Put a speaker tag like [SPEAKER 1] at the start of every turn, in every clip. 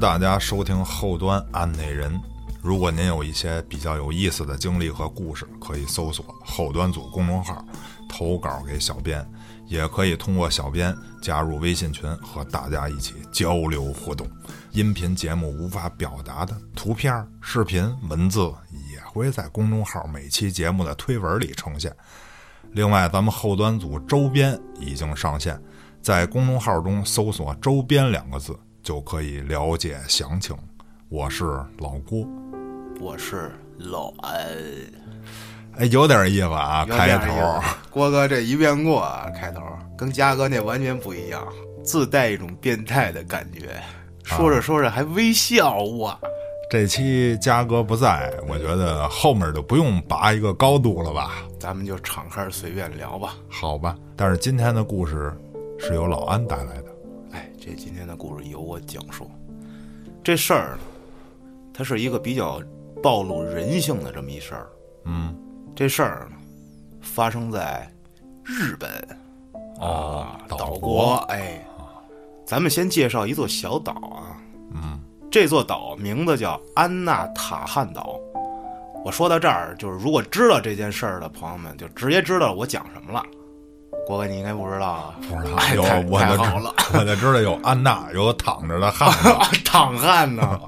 [SPEAKER 1] 大家收听后端案内人。如果您有一些比较有意思的经历和故事，可以搜索“后端组”公众号投稿给小编，也可以通过小编加入微信群和大家一起交流互动。音频节目无法表达的图片儿、视频、文字也会在公众号每期节目的推文里呈现。另外，咱们后端组周边已经上线，在公众号中搜索“周边”两个字就可以了解详情。我是老郭，
[SPEAKER 2] 我是老安，
[SPEAKER 1] 哎，有点意思啊，
[SPEAKER 2] 有
[SPEAKER 1] 开
[SPEAKER 2] 点意
[SPEAKER 1] 头
[SPEAKER 2] 思。郭哥这一遍过啊，开头跟嘉哥那完全不一样，自带一种变态的感觉。说
[SPEAKER 1] 啊
[SPEAKER 2] 着说着还微笑哇，
[SPEAKER 1] 这期嘉哥不在，我觉得后面就不用拔一个高度了吧？
[SPEAKER 2] 咱们就敞开随便聊吧。
[SPEAKER 1] 好吧，但是今天的故事是由老安带来的。
[SPEAKER 2] 哎，这今天的故事由我讲述。这事儿呢，它是一个比较暴露人性的这么一事儿。
[SPEAKER 1] 嗯，
[SPEAKER 2] 这事儿呢，发生在日本。啊
[SPEAKER 1] 哦，啊
[SPEAKER 2] 岛国，哎，咱们先介绍一座小岛啊，
[SPEAKER 1] 嗯，
[SPEAKER 2] 这座岛名字叫安纳塔汉岛。我说到这儿，就是如果知道这件事儿的朋友们，就直接知道我讲什么了。郭哥，你应该不知道啊，
[SPEAKER 1] 不知道
[SPEAKER 2] 哎
[SPEAKER 1] 有
[SPEAKER 2] 太
[SPEAKER 1] 我
[SPEAKER 2] 太
[SPEAKER 1] 就
[SPEAKER 2] 好了，
[SPEAKER 1] 知我就知道有安娜，有躺着的汉子。
[SPEAKER 2] 躺汉呢。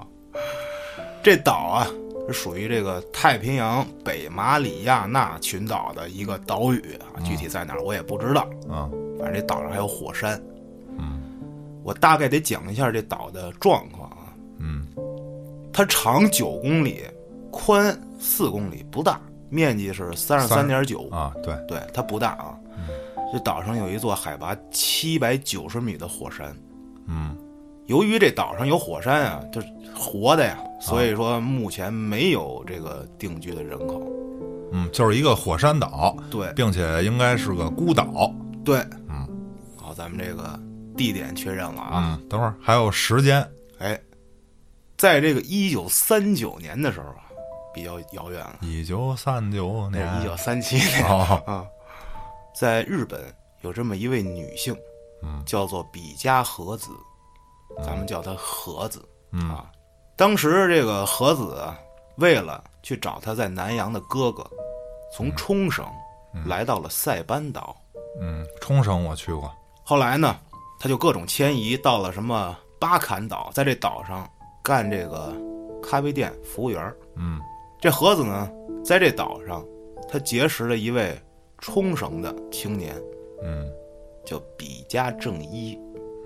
[SPEAKER 2] 这岛啊，是属于这个太平洋北马里亚纳群岛的一个岛屿啊，具体在哪儿我也不知道。
[SPEAKER 1] 嗯
[SPEAKER 2] 反正这岛上还有火山。
[SPEAKER 1] 嗯
[SPEAKER 2] 我大概得讲一下这岛的状况啊。
[SPEAKER 1] 嗯
[SPEAKER 2] 它长九公里，宽四公里，不大，面积是三十三点九，
[SPEAKER 1] 啊，对，
[SPEAKER 2] 对，它不大啊。这岛上有一座海拔七百九十米的火山，
[SPEAKER 1] 嗯
[SPEAKER 2] 由于这岛上有火山啊，就是活的呀，所
[SPEAKER 1] 啊
[SPEAKER 2] 以说目前没有这个定居的人口。
[SPEAKER 1] 嗯，就是一个火山岛，
[SPEAKER 2] 对
[SPEAKER 1] 并且应该是个孤岛。
[SPEAKER 2] 对，
[SPEAKER 1] 嗯
[SPEAKER 2] 好，咱们这个地点确认了啊。
[SPEAKER 1] 嗯，等会儿还有时间。
[SPEAKER 2] 哎，在这个一九三九年的时候啊，比较遥远了，
[SPEAKER 1] 一九三九年
[SPEAKER 2] 那，一九三七年。
[SPEAKER 1] 哦，
[SPEAKER 2] 啊，在日本有这么一位女性，
[SPEAKER 1] 嗯
[SPEAKER 2] 叫做比嘉和子，咱们叫她和子、
[SPEAKER 1] 嗯
[SPEAKER 2] 啊。当时这个和子啊，为了去找她在南洋的哥哥，从冲绳来到了塞班岛。
[SPEAKER 1] 嗯，冲绳我去过，
[SPEAKER 2] 后来呢，她就各种迁移到了什么巴坎岛，在这岛上干这个咖啡店服务员儿。
[SPEAKER 1] 嗯
[SPEAKER 2] 这和子呢，在这岛上，她结识了一位冲绳的青年。
[SPEAKER 1] 嗯
[SPEAKER 2] 叫比嘉正一。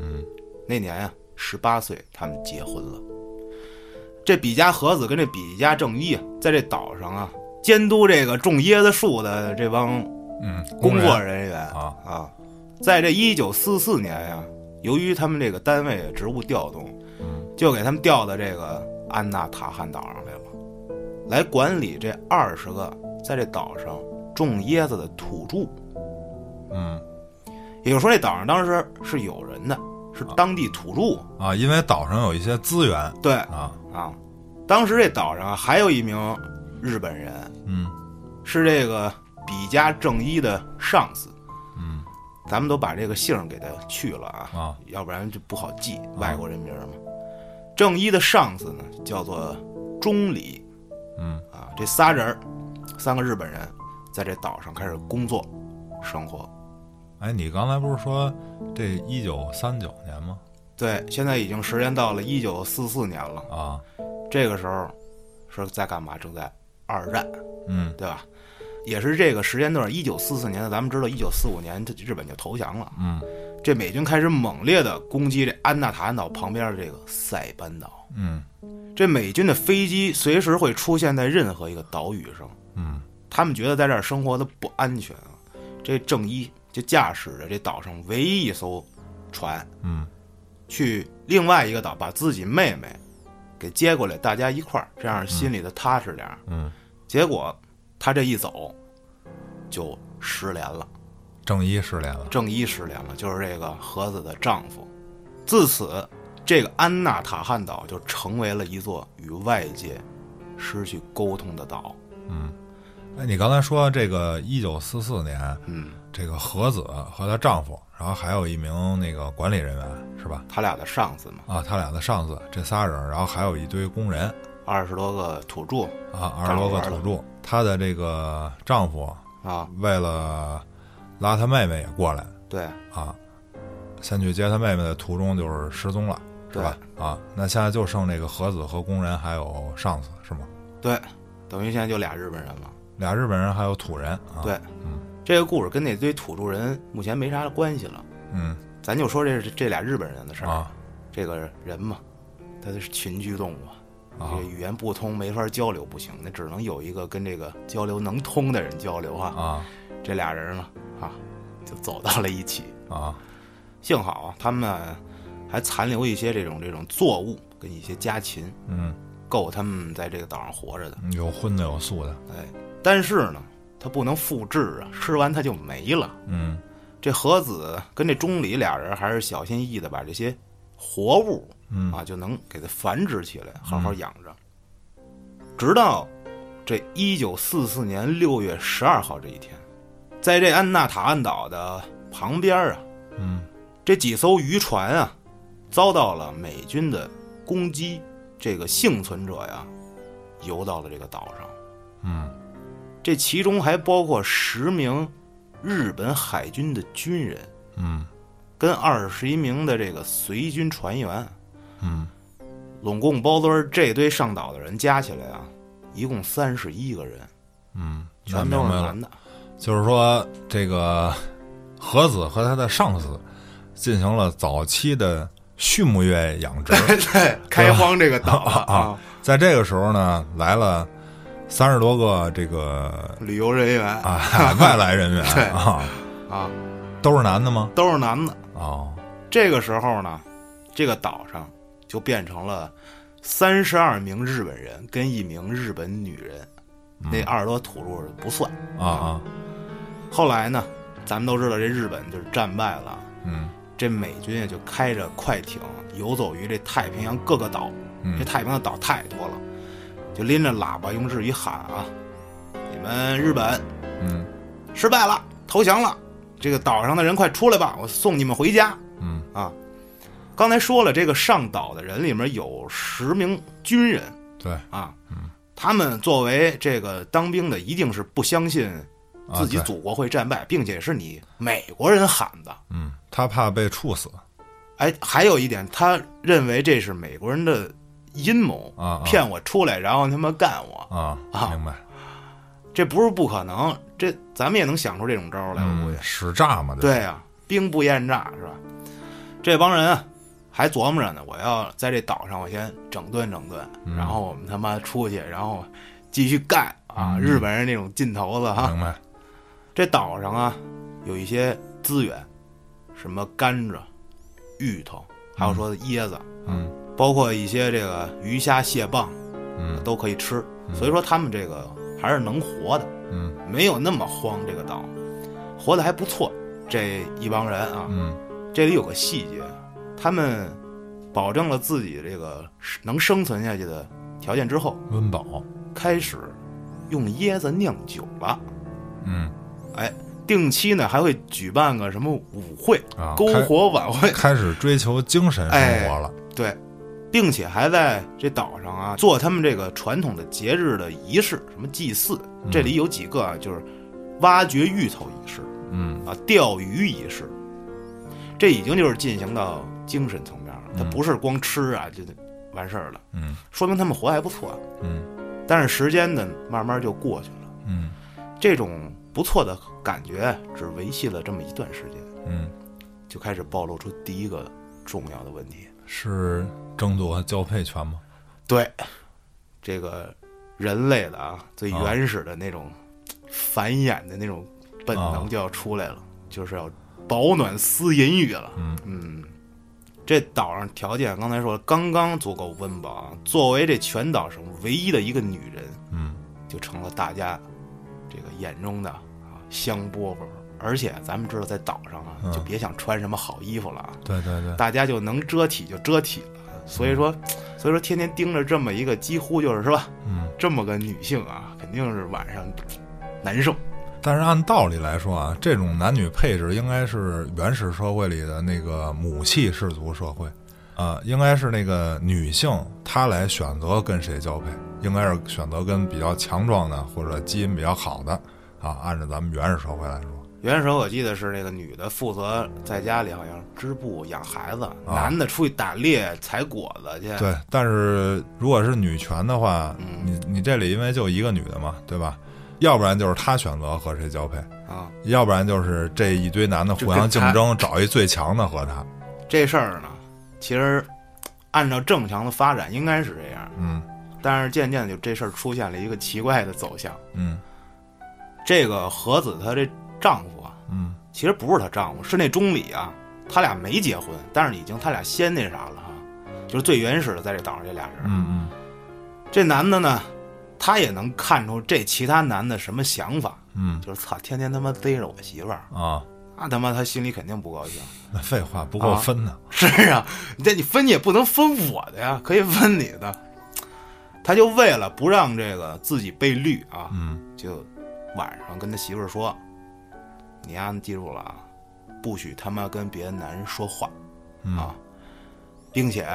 [SPEAKER 1] 嗯
[SPEAKER 2] 那年啊，十八岁，他们结婚了。这比嘉和子跟这比嘉正一啊在这岛上啊，监督这个种椰子树的这帮
[SPEAKER 1] 嗯，
[SPEAKER 2] 工作
[SPEAKER 1] 人
[SPEAKER 2] 人员
[SPEAKER 1] 啊，
[SPEAKER 2] 啊，在这一九四四年呀、由于他们这个单位职务调动，
[SPEAKER 1] 嗯
[SPEAKER 2] 就给他们调到这个安纳塔汉岛上来了，来管理这二十个在这岛上种椰子的土著。
[SPEAKER 1] 嗯
[SPEAKER 2] 也就是说，这岛上当时是有人的，是当地土著。
[SPEAKER 1] 啊，因为岛上有一些资源
[SPEAKER 2] 对
[SPEAKER 1] 啊，
[SPEAKER 2] 啊，当时这岛上还有一名日本人，
[SPEAKER 1] 嗯
[SPEAKER 2] 是这个比嘉正一的上司。
[SPEAKER 1] 嗯
[SPEAKER 2] 咱们都把这个姓儿给他去了啊，
[SPEAKER 1] 啊
[SPEAKER 2] 要不然就不好记外国人名儿嘛。正一的上司呢，叫做中里
[SPEAKER 1] 嗯
[SPEAKER 2] 啊。这仨人儿，三个日本人，在这岛上开始工作、生活。
[SPEAKER 1] 哎，你刚才不是说这一九三九年吗？
[SPEAKER 2] 对，现在已经时间到了一九四四年了。
[SPEAKER 1] 啊，
[SPEAKER 2] 这个时候是在干嘛？正在二战，
[SPEAKER 1] 嗯
[SPEAKER 2] 对吧？也是这个时间段，一九四四年的，咱们知道，一九四五年这日本就投降了。
[SPEAKER 1] 嗯
[SPEAKER 2] 这美军开始猛烈的攻击这安纳塔安岛旁边的这个塞班岛。
[SPEAKER 1] 嗯
[SPEAKER 2] 这美军的飞机随时会出现在任何一个岛屿上，
[SPEAKER 1] 嗯
[SPEAKER 2] 他们觉得在这儿生活的不安全啊。这正一就驾驶着这岛上唯一一艘船，
[SPEAKER 1] 嗯
[SPEAKER 2] 去另外一个岛把自己妹妹给接过来，大家一块儿，这样心里的踏实点儿。
[SPEAKER 1] 嗯，
[SPEAKER 2] 结果他这一走，就失联了，
[SPEAKER 1] 正一失联了，
[SPEAKER 2] 正一失联了，就是这个和子的丈夫。自此，这个安纳塔汉岛就成为了一座与外界失去沟通的岛。
[SPEAKER 1] 嗯哎，你刚才说这个一九四四年，
[SPEAKER 2] 嗯，
[SPEAKER 1] 这个和子和她丈夫，然后还有一名那个管理人员是吧？
[SPEAKER 2] 他俩的上司嘛，
[SPEAKER 1] 啊，他俩的上司这仨人，然后还有一堆工人
[SPEAKER 2] 二十多个土著
[SPEAKER 1] 啊，二十多个土著。她的这个丈夫
[SPEAKER 2] 啊，
[SPEAKER 1] 为了拉她妹妹也过来
[SPEAKER 2] 对，
[SPEAKER 1] 啊，先去接她妹妹的途中就是失踪了，是吧？啊，那现在就剩这个和子和工人还有上司是吗？
[SPEAKER 2] 对，等于现在就俩日本人了。
[SPEAKER 1] 俩日本人还有土人啊。
[SPEAKER 2] 对这个故事跟那堆土著人目前没啥关系了，
[SPEAKER 1] 嗯
[SPEAKER 2] 咱就说这这俩日本人的事儿。
[SPEAKER 1] 啊
[SPEAKER 2] 这个人嘛，他是群居动物啊，
[SPEAKER 1] 啊
[SPEAKER 2] 这个语言不通没法交流不行，那只能有一个跟这个交流能通的人交流啊。
[SPEAKER 1] 啊
[SPEAKER 2] 这俩人呢啊，就走到了一起。
[SPEAKER 1] 啊
[SPEAKER 2] 幸好啊，他们还残留一些这种这种作物跟一些家禽，
[SPEAKER 1] 嗯，
[SPEAKER 2] 够他们在这个岛上活着的。
[SPEAKER 1] 有荤的有素的，
[SPEAKER 2] 哎，但是呢，它不能复制啊，吃完它就没了。
[SPEAKER 1] 嗯
[SPEAKER 2] 这和子跟这钟离俩人还是小心翼翼的把这些活物，
[SPEAKER 1] 嗯
[SPEAKER 2] 啊，就能给它繁殖起来，好好养着。直到这一九四四年六月十二号这一天，在这安纳塔岸岛的旁边啊，
[SPEAKER 1] 嗯
[SPEAKER 2] 这几艘渔船啊，遭到了美军的攻击，这个幸存者呀，游到了这个岛上。
[SPEAKER 1] 嗯
[SPEAKER 2] 这其中还包括十名日本海军的军人
[SPEAKER 1] 嗯
[SPEAKER 2] 跟二十一名的这个随军船员，
[SPEAKER 1] 嗯
[SPEAKER 2] 拢共包堆儿这堆上岛的人加起来啊，一共三十一个人，
[SPEAKER 1] 嗯，那
[SPEAKER 2] 全
[SPEAKER 1] 明
[SPEAKER 2] 都是
[SPEAKER 1] 白了。
[SPEAKER 2] 男的。
[SPEAKER 1] 就是说，这个和子和他的上司进行了早期的畜牧业养 殖。
[SPEAKER 2] 对，开荒这个岛了啊，
[SPEAKER 1] 在这个时候呢，来了三十多个这 个
[SPEAKER 2] 旅游人员啊
[SPEAKER 1] 啊外来人员
[SPEAKER 2] 对
[SPEAKER 1] 啊，都是男的吗？
[SPEAKER 2] 都是男的。
[SPEAKER 1] 哦，
[SPEAKER 2] 这个时候呢，这个岛上就变成了三十二名日本人跟一名日本女人，那二十多土著人不算。
[SPEAKER 1] 啊啊，
[SPEAKER 2] 后来呢，咱们都知道这日本就是战败了，
[SPEAKER 1] 嗯
[SPEAKER 2] 这美军也就开着快艇游走于这太平洋各个岛，这
[SPEAKER 1] 嗯
[SPEAKER 2] 太平洋岛太多了，就拎着喇叭用日语喊啊：“你们日本
[SPEAKER 1] 嗯
[SPEAKER 2] 失败了，投降了，这个岛上的人快出来吧，我送你们回家。”
[SPEAKER 1] 嗯
[SPEAKER 2] 啊，刚才说了，这个上岛的人里面有十名军人
[SPEAKER 1] 对嗯
[SPEAKER 2] 啊，他们作为这个当兵的，一定是不相信
[SPEAKER 1] 啊
[SPEAKER 2] 自己
[SPEAKER 1] 对
[SPEAKER 2] 祖国会战败，并且是你美国人喊的。
[SPEAKER 1] 嗯，他怕被处死
[SPEAKER 2] 哎，还有一点，他认为这是美国人的阴谋，
[SPEAKER 1] 啊啊
[SPEAKER 2] 骗我出来，然后他妈干我，
[SPEAKER 1] 啊，
[SPEAKER 2] 啊
[SPEAKER 1] 明白？
[SPEAKER 2] 这不是不可能，这咱们也能想出这种招来，我估计
[SPEAKER 1] 嗯，。使诈嘛，
[SPEAKER 2] 对呀、兵不厌诈是吧？这帮人啊，还琢磨着呢，我要在这岛上我先整顿整顿，
[SPEAKER 1] 嗯
[SPEAKER 2] 然后我们他妈出去，然后继续干啊！
[SPEAKER 1] 嗯
[SPEAKER 2] 日本人那种劲头子哈，
[SPEAKER 1] 明白？
[SPEAKER 2] 这岛上啊有一些资源，什么甘蔗、芋头，还有说椰子，
[SPEAKER 1] 嗯
[SPEAKER 2] 包括一些这个鱼虾蟹蚌
[SPEAKER 1] 嗯
[SPEAKER 2] 都可以吃，所以说他们这个还是能活的。
[SPEAKER 1] 嗯
[SPEAKER 2] 没有那么荒，这个岛活得还不错。这一帮人啊，
[SPEAKER 1] 嗯
[SPEAKER 2] 这里有个细节，他们保证了自己这个能生存下去的条件之后，
[SPEAKER 1] 温饱，
[SPEAKER 2] 开始用椰子酿酒了。
[SPEAKER 1] 嗯
[SPEAKER 2] 哎，定期呢还会举办个什么舞会、
[SPEAKER 1] 啊，
[SPEAKER 2] 篝
[SPEAKER 1] 开
[SPEAKER 2] 火哎晚会，
[SPEAKER 1] 开始追求精神生活了。
[SPEAKER 2] 对，并且还在这岛上啊做他们这个传统的节日的仪式，什么祭祀。
[SPEAKER 1] 嗯
[SPEAKER 2] 这里有几个啊，就是挖掘芋头仪式，
[SPEAKER 1] 嗯
[SPEAKER 2] 啊，钓鱼仪式，这已经就是进行到精神层面了，它不是光吃啊就完事儿了，
[SPEAKER 1] 嗯
[SPEAKER 2] 说明他们活得还不错。
[SPEAKER 1] 嗯
[SPEAKER 2] 但是时间呢，慢慢就过去了，
[SPEAKER 1] 嗯
[SPEAKER 2] 这种不错的感觉只维系了这么一段时间，
[SPEAKER 1] 嗯，
[SPEAKER 2] 就开始暴露出第一个重要的问题。
[SPEAKER 1] 是争夺交配权吗？
[SPEAKER 2] 对，这个人类的啊，最原始的那种繁衍的那种本能就要出来了，就是要保暖思淫欲了。
[SPEAKER 1] 啊嗯
[SPEAKER 2] 这岛上条件刚才说了刚刚足够温饱啊，作为这全岛上唯一的一个女人，
[SPEAKER 1] 嗯
[SPEAKER 2] 就成了大家这个眼中的啊香饽饽。而且咱们知道，在岛上啊，
[SPEAKER 1] 嗯
[SPEAKER 2] 就别想穿什么好衣服了啊，，
[SPEAKER 1] 对对对，
[SPEAKER 2] 大家就能遮体就遮体
[SPEAKER 1] 嗯
[SPEAKER 2] 了。所以说，所以说天天盯着这么一个几乎就是是吧，
[SPEAKER 1] 嗯
[SPEAKER 2] 这么个女性啊，肯定是晚上难受。
[SPEAKER 1] 但是按道理来说啊，这种男女配置应该是原始社会里的那个母系氏族社会，啊、应该是那个女性她来选择跟谁交配，应该是选择跟比较强壮的或者基因比较好的啊。按照咱们原始社会来说，
[SPEAKER 2] 原始我记得是那个女的负责在家里好像织布养孩子，男的出去打猎采果子去。
[SPEAKER 1] 啊对。但是如果是女权的话，你你这里因为就一个女的嘛，对吧？要不然就是她选择和谁交配，
[SPEAKER 2] 啊，
[SPEAKER 1] 要不然就是这一堆男的互相竞
[SPEAKER 2] 就
[SPEAKER 1] 争，找一最强的和他。
[SPEAKER 2] 这事儿呢，其实按照正常的发展应该是这样，
[SPEAKER 1] 嗯
[SPEAKER 2] 但是渐渐就这事儿出现了一个奇怪的走向。
[SPEAKER 1] 嗯
[SPEAKER 2] 这个和子她这丈夫啊，
[SPEAKER 1] 嗯
[SPEAKER 2] 其实不是她丈夫，是那钟礼啊，他俩没结婚，但是已经他俩先那啥了哈，啊就是最原始的在这岛上这俩人。
[SPEAKER 1] 嗯
[SPEAKER 2] 这男的呢，他也能看出这其他男的什么想法，
[SPEAKER 1] 嗯
[SPEAKER 2] 就是操，天天他妈逮着我媳妇儿，
[SPEAKER 1] 嗯啊，
[SPEAKER 2] 那他妈他心里肯定不高兴。
[SPEAKER 1] 那废话不够分呢。
[SPEAKER 2] 是啊，你这你分你也不能分我的呀，可以分你的。他就为了不让这个自己被绿啊，
[SPEAKER 1] 嗯
[SPEAKER 2] 就晚上跟他媳妇儿说：“你丫、记住了啊，不许他妈跟别的男人说话
[SPEAKER 1] 嗯
[SPEAKER 2] 啊，并且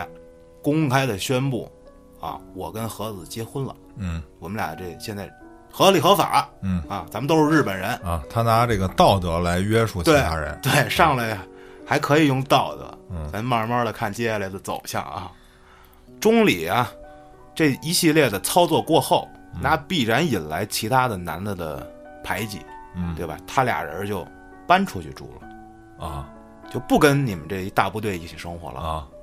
[SPEAKER 2] 公开的宣布啊，我跟和子结婚了，
[SPEAKER 1] 嗯
[SPEAKER 2] 我们俩这现在合理合法
[SPEAKER 1] 嗯
[SPEAKER 2] 啊，咱们都是日本人，
[SPEAKER 1] 啊，他拿这个道德来约束其
[SPEAKER 2] 对
[SPEAKER 1] 他人。
[SPEAKER 2] 对，上来还可以用道德，
[SPEAKER 1] 嗯
[SPEAKER 2] 咱慢慢的看接下来的走向啊。中里啊，这一系列的操作过后，
[SPEAKER 1] 嗯
[SPEAKER 2] 那必然引来其他的男的的排挤，
[SPEAKER 1] 嗯
[SPEAKER 2] 对吧？他俩人就搬出去住了，
[SPEAKER 1] 啊
[SPEAKER 2] 就不跟你们这一大部队一起生活了。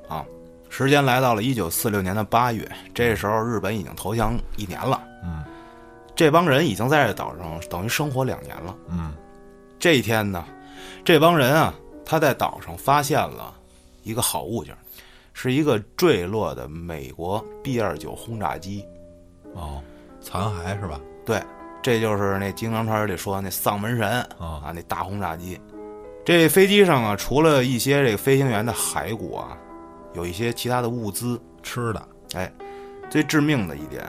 [SPEAKER 1] 啊
[SPEAKER 2] 时间来到了一九四六年的八月，这时候日本已经投降一年了，
[SPEAKER 1] 嗯
[SPEAKER 2] 这帮人已经在这岛上等于生活两年了。
[SPEAKER 1] 嗯
[SPEAKER 2] 这一天呢，这帮人啊，他在岛上发现了一个好物件儿，是一个坠落的美国 B 二九轰炸机。
[SPEAKER 1] 哦，残骸是吧？
[SPEAKER 2] 对，这就是那金刚川里说那丧门神
[SPEAKER 1] 啊
[SPEAKER 2] 啊，那大轰炸机。这飞机上啊，除了一些这个飞行员的骸骨啊，有一些其他的物资。
[SPEAKER 1] 吃的
[SPEAKER 2] 哎，最致命的一点，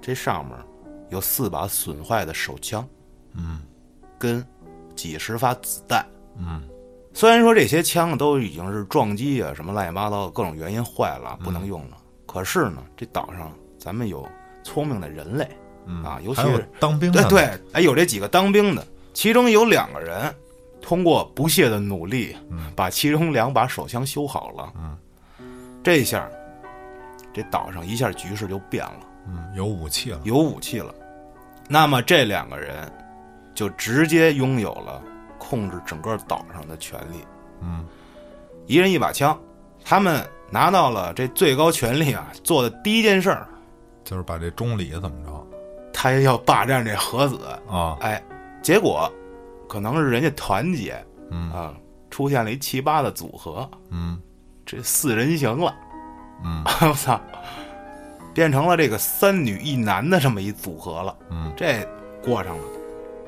[SPEAKER 2] 这上面有四把损坏的手枪，
[SPEAKER 1] 嗯，
[SPEAKER 2] 跟几十发子弹，
[SPEAKER 1] 嗯。
[SPEAKER 2] 虽然说这些枪都已经是撞击啊，什么乱七八糟各种原因坏了，不
[SPEAKER 1] 嗯
[SPEAKER 2] 能用了。可是呢，这岛上咱们有聪明的人类，
[SPEAKER 1] 嗯
[SPEAKER 2] 啊尤其
[SPEAKER 1] 还有
[SPEAKER 2] 是
[SPEAKER 1] 当兵的
[SPEAKER 2] 对
[SPEAKER 1] 呢
[SPEAKER 2] 对，哎，有这几个当兵的，其中有两个人通过不懈的努力，把其中两把手枪修好了。
[SPEAKER 1] 嗯，
[SPEAKER 2] 这一下，这岛上一下局势就变了。
[SPEAKER 1] 嗯有武器了。
[SPEAKER 2] 有武器了。那么这两个人就直接拥有了控制整个岛上的权利，
[SPEAKER 1] 嗯
[SPEAKER 2] 一人一把枪。他们拿到了这最高权力啊，做的第一件事儿，
[SPEAKER 1] 就是把这钟礼怎么着
[SPEAKER 2] 他要霸占这和子。
[SPEAKER 1] 啊？
[SPEAKER 2] 哎，结果可能是人家团结
[SPEAKER 1] 嗯
[SPEAKER 2] 啊，出现了一奇葩的组合，
[SPEAKER 1] 嗯
[SPEAKER 2] 这四人行了，
[SPEAKER 1] 嗯
[SPEAKER 2] 我操，变成了这个三女一男的这么一组合了。
[SPEAKER 1] 嗯
[SPEAKER 2] 这过上了。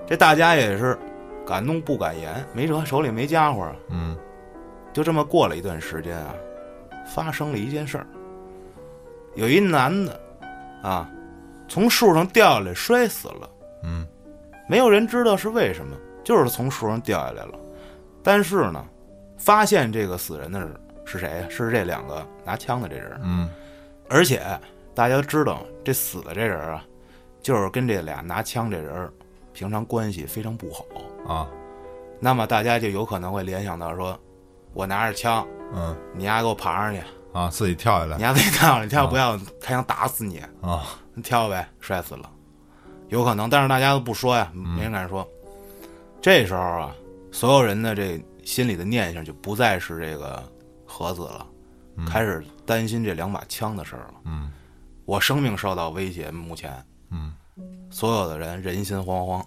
[SPEAKER 2] 这大家也是敢怒不敢言，没辙，手里没家伙，
[SPEAKER 1] 嗯
[SPEAKER 2] 就这么过了一段时间啊，发生了一件事儿，有一男的啊，从树上掉下来摔死了，
[SPEAKER 1] 嗯
[SPEAKER 2] 没有人知道是为什么，就是从树上掉下来了。但是呢，发现这个死人的是是谁呀？是这两个拿枪的这人，
[SPEAKER 1] 嗯
[SPEAKER 2] 而且大家都知道这死的这人啊，就是跟这俩拿枪这人儿平常关系非常不好。
[SPEAKER 1] 啊
[SPEAKER 2] 那么大家就有可能会联想到说，我拿着枪，
[SPEAKER 1] 嗯
[SPEAKER 2] 你丫给我爬上去，
[SPEAKER 1] 啊，自己跳下
[SPEAKER 2] 你
[SPEAKER 1] 来
[SPEAKER 2] 丫别跳，你跳不要，开枪打死你，
[SPEAKER 1] 啊
[SPEAKER 2] 你跳呗，摔死了，有可能。但是大家都不说
[SPEAKER 1] 嗯
[SPEAKER 2] 呀，没人敢说。这时候啊，所有人的这心里的念想就不再是这个盒子了，开始担心这两把枪的事儿了。
[SPEAKER 1] 嗯
[SPEAKER 2] 我生命受到威胁，目前
[SPEAKER 1] 嗯
[SPEAKER 2] 所有的人人心惶惶。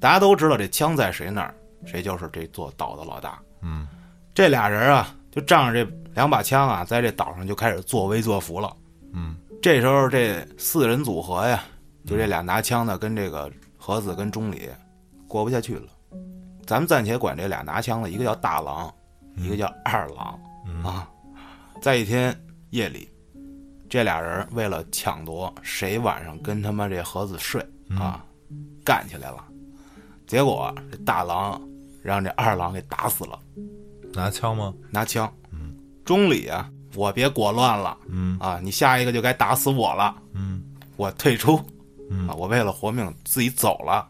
[SPEAKER 2] 大家都知道这枪在谁那儿，谁就是这座岛的老大。
[SPEAKER 1] 嗯
[SPEAKER 2] 这俩人啊，就仗着这两把枪啊，在这岛上就开始作威作福了。
[SPEAKER 1] 嗯，
[SPEAKER 2] 这时候这四人组合呀，就这俩拿枪的跟这个和子跟钟礼过不下去了。咱们暂且管这俩拿枪的，一个叫大郎，一个叫二郎、
[SPEAKER 1] 嗯
[SPEAKER 2] 啊。在一天夜里，这俩人
[SPEAKER 1] 嗯
[SPEAKER 2] 为啊了抢夺谁晚上跟他妈这和子睡啊，干起来了。结果这大郎让这二郎给打死了，
[SPEAKER 1] 拿枪吗？
[SPEAKER 2] 拿枪。嗯，中里啊，我别裹乱了。
[SPEAKER 1] 嗯
[SPEAKER 2] 啊，你下一个就该打死我了。
[SPEAKER 1] 嗯
[SPEAKER 2] 我退出，
[SPEAKER 1] 嗯
[SPEAKER 2] 啊，我为了活命自己走了。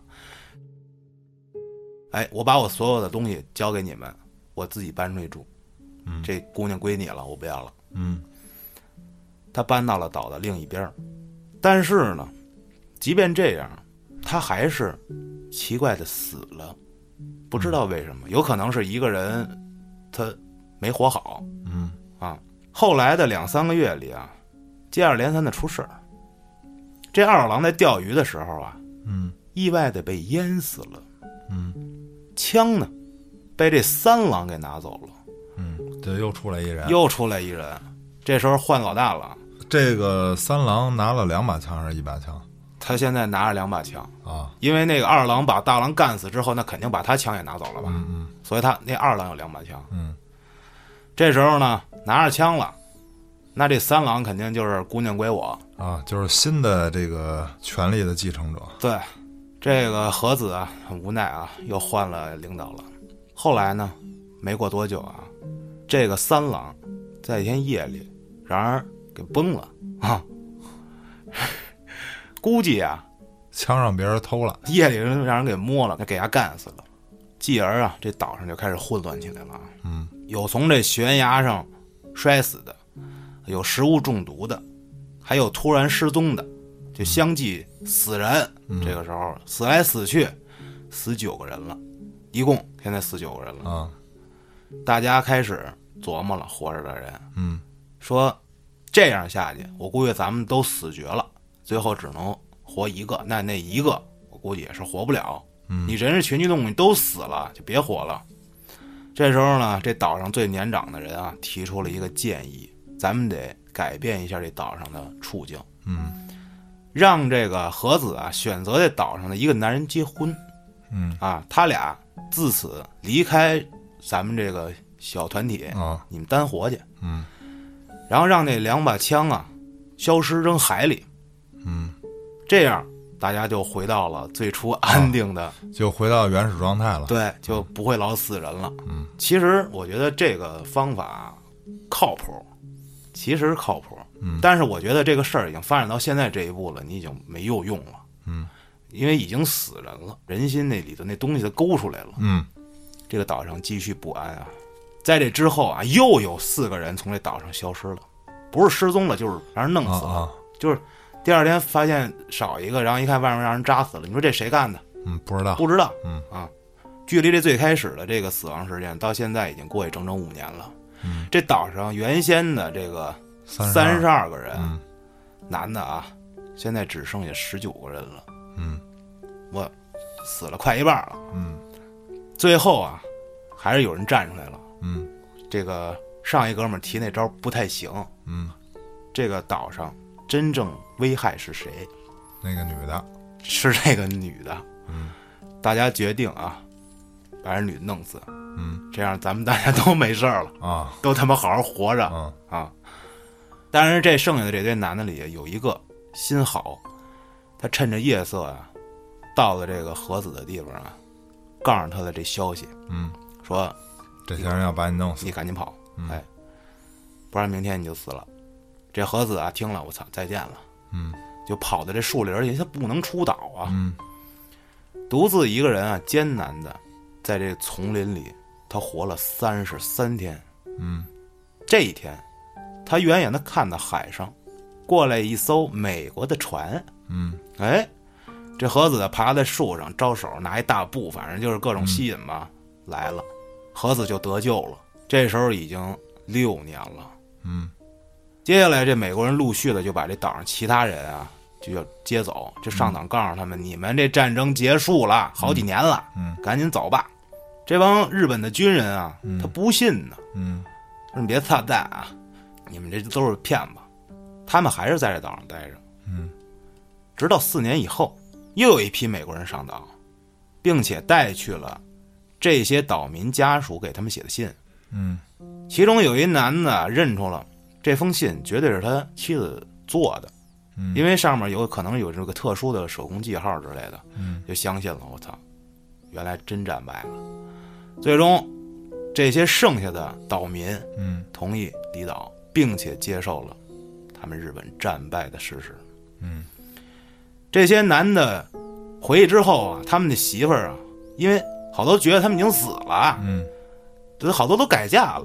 [SPEAKER 2] 哎，我把我所有的东西交给你们，我自己搬出去住。
[SPEAKER 1] 嗯
[SPEAKER 2] 这姑娘归你了，我不要了。
[SPEAKER 1] 嗯
[SPEAKER 2] 她搬到了岛的另一边儿，但是呢，即便这样，她还是奇怪的死了，不知
[SPEAKER 1] 嗯
[SPEAKER 2] 道为什么，有可能是一个人他没活好
[SPEAKER 1] 嗯
[SPEAKER 2] 啊。后来的两三个月里啊，接二连三的出事儿。这二郎在钓鱼的时候啊，
[SPEAKER 1] 嗯
[SPEAKER 2] 意外的被淹死了。
[SPEAKER 1] 嗯
[SPEAKER 2] 枪呢，被这三郎给拿走了。
[SPEAKER 1] 嗯，这又出来一人。
[SPEAKER 2] 又出来一人，这时候换老大了，
[SPEAKER 1] 这个三郎拿了两把枪还是一把枪
[SPEAKER 2] 他现在拿着两把枪，
[SPEAKER 1] 啊？
[SPEAKER 2] 因为那个二郎把大郎干死之后，那肯定把他枪也拿走了吧？
[SPEAKER 1] 嗯
[SPEAKER 2] 所以他那二郎有两把枪。
[SPEAKER 1] 嗯
[SPEAKER 2] 这时候呢，拿着枪了，那这三郎肯定就是姑娘归我。
[SPEAKER 1] 嗯啊，就是新的这个权力的继承者。
[SPEAKER 2] 对，这个和子啊，很无奈啊，又换了领导了。后来呢，没过多久啊，这个三郎在一天夜里，然而给崩了啊。估计啊，
[SPEAKER 1] 枪让别人偷了，
[SPEAKER 2] 夜里让人给摸了，给他干死了。继而啊，这岛上就开始混乱起来了啊。
[SPEAKER 1] 嗯，
[SPEAKER 2] 有从这悬崖上摔死的，有食物中毒的，还有突然失踪的，就相继死人。这个时候死来死去，死九个人了，一共现在死九个人了。
[SPEAKER 1] 啊，
[SPEAKER 2] 大家开始琢磨了，活着的人
[SPEAKER 1] 嗯
[SPEAKER 2] 说，这样下去，我估计咱们都死绝了，最后只能活一个。那那一个，我估计也是活不了。你人是群居动物，你都死了，就别活了。这时候呢，这岛上最年长的人啊，提出了一个建议，咱们得改变一下这岛上的处境，
[SPEAKER 1] 嗯
[SPEAKER 2] 让这个和子啊选择这岛上的一个男人结婚
[SPEAKER 1] 嗯
[SPEAKER 2] 啊，他俩自此离开咱们这个小团体，
[SPEAKER 1] 啊
[SPEAKER 2] 你们单活去。
[SPEAKER 1] 嗯
[SPEAKER 2] 然后让那两把枪啊消失扔海里，
[SPEAKER 1] 嗯，
[SPEAKER 2] 这样大家就回到了最初安定的，
[SPEAKER 1] 就回到原始状态了。
[SPEAKER 2] 对，就不会老死人了。
[SPEAKER 1] 嗯，
[SPEAKER 2] 其实我觉得这个方法靠谱，其实靠谱。
[SPEAKER 1] 嗯，
[SPEAKER 2] 但是我觉得这个事儿已经发展到现在这一步了，你已经没有用了。
[SPEAKER 1] 嗯，
[SPEAKER 2] 因为已经死人了，人心那里头那东西都勾出来了。
[SPEAKER 1] 嗯
[SPEAKER 2] 这个岛上继续不安啊。在这之后啊，又有四个人从这岛上消失了，不是失踪了，就是让人弄
[SPEAKER 1] 啊
[SPEAKER 2] 死了。
[SPEAKER 1] 啊，
[SPEAKER 2] 就是第二天发现少一个，然后一看外面让人扎死了，你说这谁干的？
[SPEAKER 1] 嗯，不知道。
[SPEAKER 2] 不知道。
[SPEAKER 1] 嗯
[SPEAKER 2] 啊，距离这最开始的这个死亡事件到现在已经过去整整五年了。
[SPEAKER 1] 嗯
[SPEAKER 2] 这岛上原先的这个
[SPEAKER 1] 三
[SPEAKER 2] 三十二个人，
[SPEAKER 1] 嗯
[SPEAKER 2] 男的啊，现在只剩下十九个人了，
[SPEAKER 1] 嗯
[SPEAKER 2] 我死了快一半了。
[SPEAKER 1] 嗯
[SPEAKER 2] 最后啊，还是有人站出来了。
[SPEAKER 1] 嗯
[SPEAKER 2] 这个上一哥们儿提那招不太行，
[SPEAKER 1] 嗯，
[SPEAKER 2] 这个岛上真正危害是谁？
[SPEAKER 1] 那个女的，
[SPEAKER 2] 是这个女的。
[SPEAKER 1] 嗯
[SPEAKER 2] 大家决定啊，把人女的弄死，
[SPEAKER 1] 嗯
[SPEAKER 2] 这样咱们大家都没事儿了，
[SPEAKER 1] 啊
[SPEAKER 2] 都他妈好好活着
[SPEAKER 1] 啊
[SPEAKER 2] 啊！当然，这剩下的这堆男的里有一个心好，他趁着夜色啊，到了这个和子的地方啊，告诉他的这消息，
[SPEAKER 1] 嗯，
[SPEAKER 2] 说
[SPEAKER 1] 这些人要把你弄死
[SPEAKER 2] 你。赶紧跑，
[SPEAKER 1] 嗯
[SPEAKER 2] 哎，不然明天你就死了。这和子啊，听了我操，再见了，
[SPEAKER 1] 嗯
[SPEAKER 2] 就跑到这树林去，他不能出岛啊，
[SPEAKER 1] 嗯
[SPEAKER 2] 独自一个人啊，艰难的在这丛林里，他活了三十三天。
[SPEAKER 1] 嗯
[SPEAKER 2] 这一天，他远远的看到海上过来一艘美国的船，
[SPEAKER 1] 嗯
[SPEAKER 2] 哎，这和子啊爬在树上招手，拿一大布，反正就是各种吸引吧，
[SPEAKER 1] 嗯
[SPEAKER 2] 来了，和子就得救了。这时候已经六年了。
[SPEAKER 1] 嗯
[SPEAKER 2] 接下来，这美国人陆续的就把这岛上其他人啊，就要接走，就上岛告诉他们，你们这战争结束了，好几年了，
[SPEAKER 1] 嗯
[SPEAKER 2] 赶紧走吧。这帮日本的军人啊，他不信呢，
[SPEAKER 1] 嗯
[SPEAKER 2] 说你别操蛋啊，你们这都是骗子。他们还是在这岛上待着，
[SPEAKER 1] 嗯，
[SPEAKER 2] 直到四年以后，又有一批美国人上岛，并且带去了这些岛民家属给他们写的信。
[SPEAKER 1] 嗯
[SPEAKER 2] 其中有一男的认出了这封信绝对是他妻子做的，
[SPEAKER 1] 嗯嗯
[SPEAKER 2] 因为上面有可能有这个特殊的手工记号之类的，就相信了。我操，原来真战败了。最终，这些剩下的岛民
[SPEAKER 1] 嗯
[SPEAKER 2] 同意离岛，并且接受了他们日本战败的事实。
[SPEAKER 1] 嗯，
[SPEAKER 2] 这些男的回去之后啊，他们的媳妇儿啊，因为好多觉得他们已经死了，
[SPEAKER 1] 嗯
[SPEAKER 2] 这好多都改嫁了，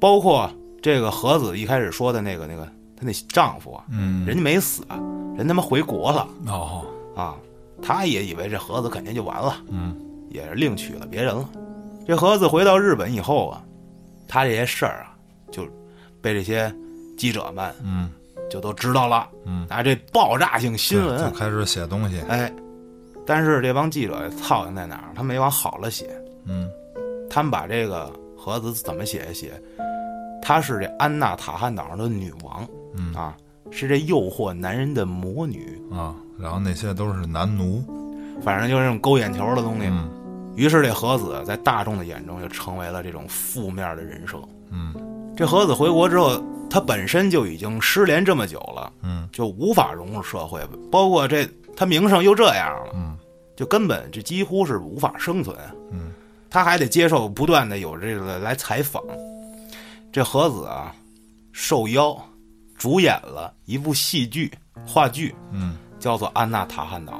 [SPEAKER 2] 包括这个和子一开始说的那个那个她那丈夫啊，
[SPEAKER 1] 嗯，
[SPEAKER 2] 人家没死啊，人他妈回国了
[SPEAKER 1] 哦，
[SPEAKER 2] 啊，他也以为这和子肯定就完了，
[SPEAKER 1] 嗯
[SPEAKER 2] 也是另娶了别人了。这和子回到日本以后啊，他这些事儿啊，就被这些记者们
[SPEAKER 1] 嗯
[SPEAKER 2] 就都知道了，
[SPEAKER 1] 嗯，
[SPEAKER 2] 拿这爆炸性新闻
[SPEAKER 1] 就
[SPEAKER 2] 啊，
[SPEAKER 1] 开始写东西，
[SPEAKER 2] 哎，但是这帮记者操心在哪儿？他没往好了写，
[SPEAKER 1] 嗯
[SPEAKER 2] 他们把这个和子怎么写写，她是这安娜塔汉岛上的女王，
[SPEAKER 1] 嗯
[SPEAKER 2] 啊，是这诱惑男人的魔女，
[SPEAKER 1] 啊，然后那些都是男奴，
[SPEAKER 2] 反正就是这种勾眼球的东西。
[SPEAKER 1] 嗯
[SPEAKER 2] 于是这和子在大众的眼中就成为了这种负面的人设。
[SPEAKER 1] 嗯
[SPEAKER 2] 这和子回国之后，她本身就已经失联这么久了，
[SPEAKER 1] 嗯
[SPEAKER 2] 就无法融入社会，包括这她名声又这样了，
[SPEAKER 1] 嗯
[SPEAKER 2] 就根本就几乎是无法生存。
[SPEAKER 1] 嗯，
[SPEAKER 2] 他还得接受不断的有这个来采访。这和子啊，受邀主演了一部戏剧话剧，
[SPEAKER 1] 嗯
[SPEAKER 2] 叫做《安娜塔汉岛》，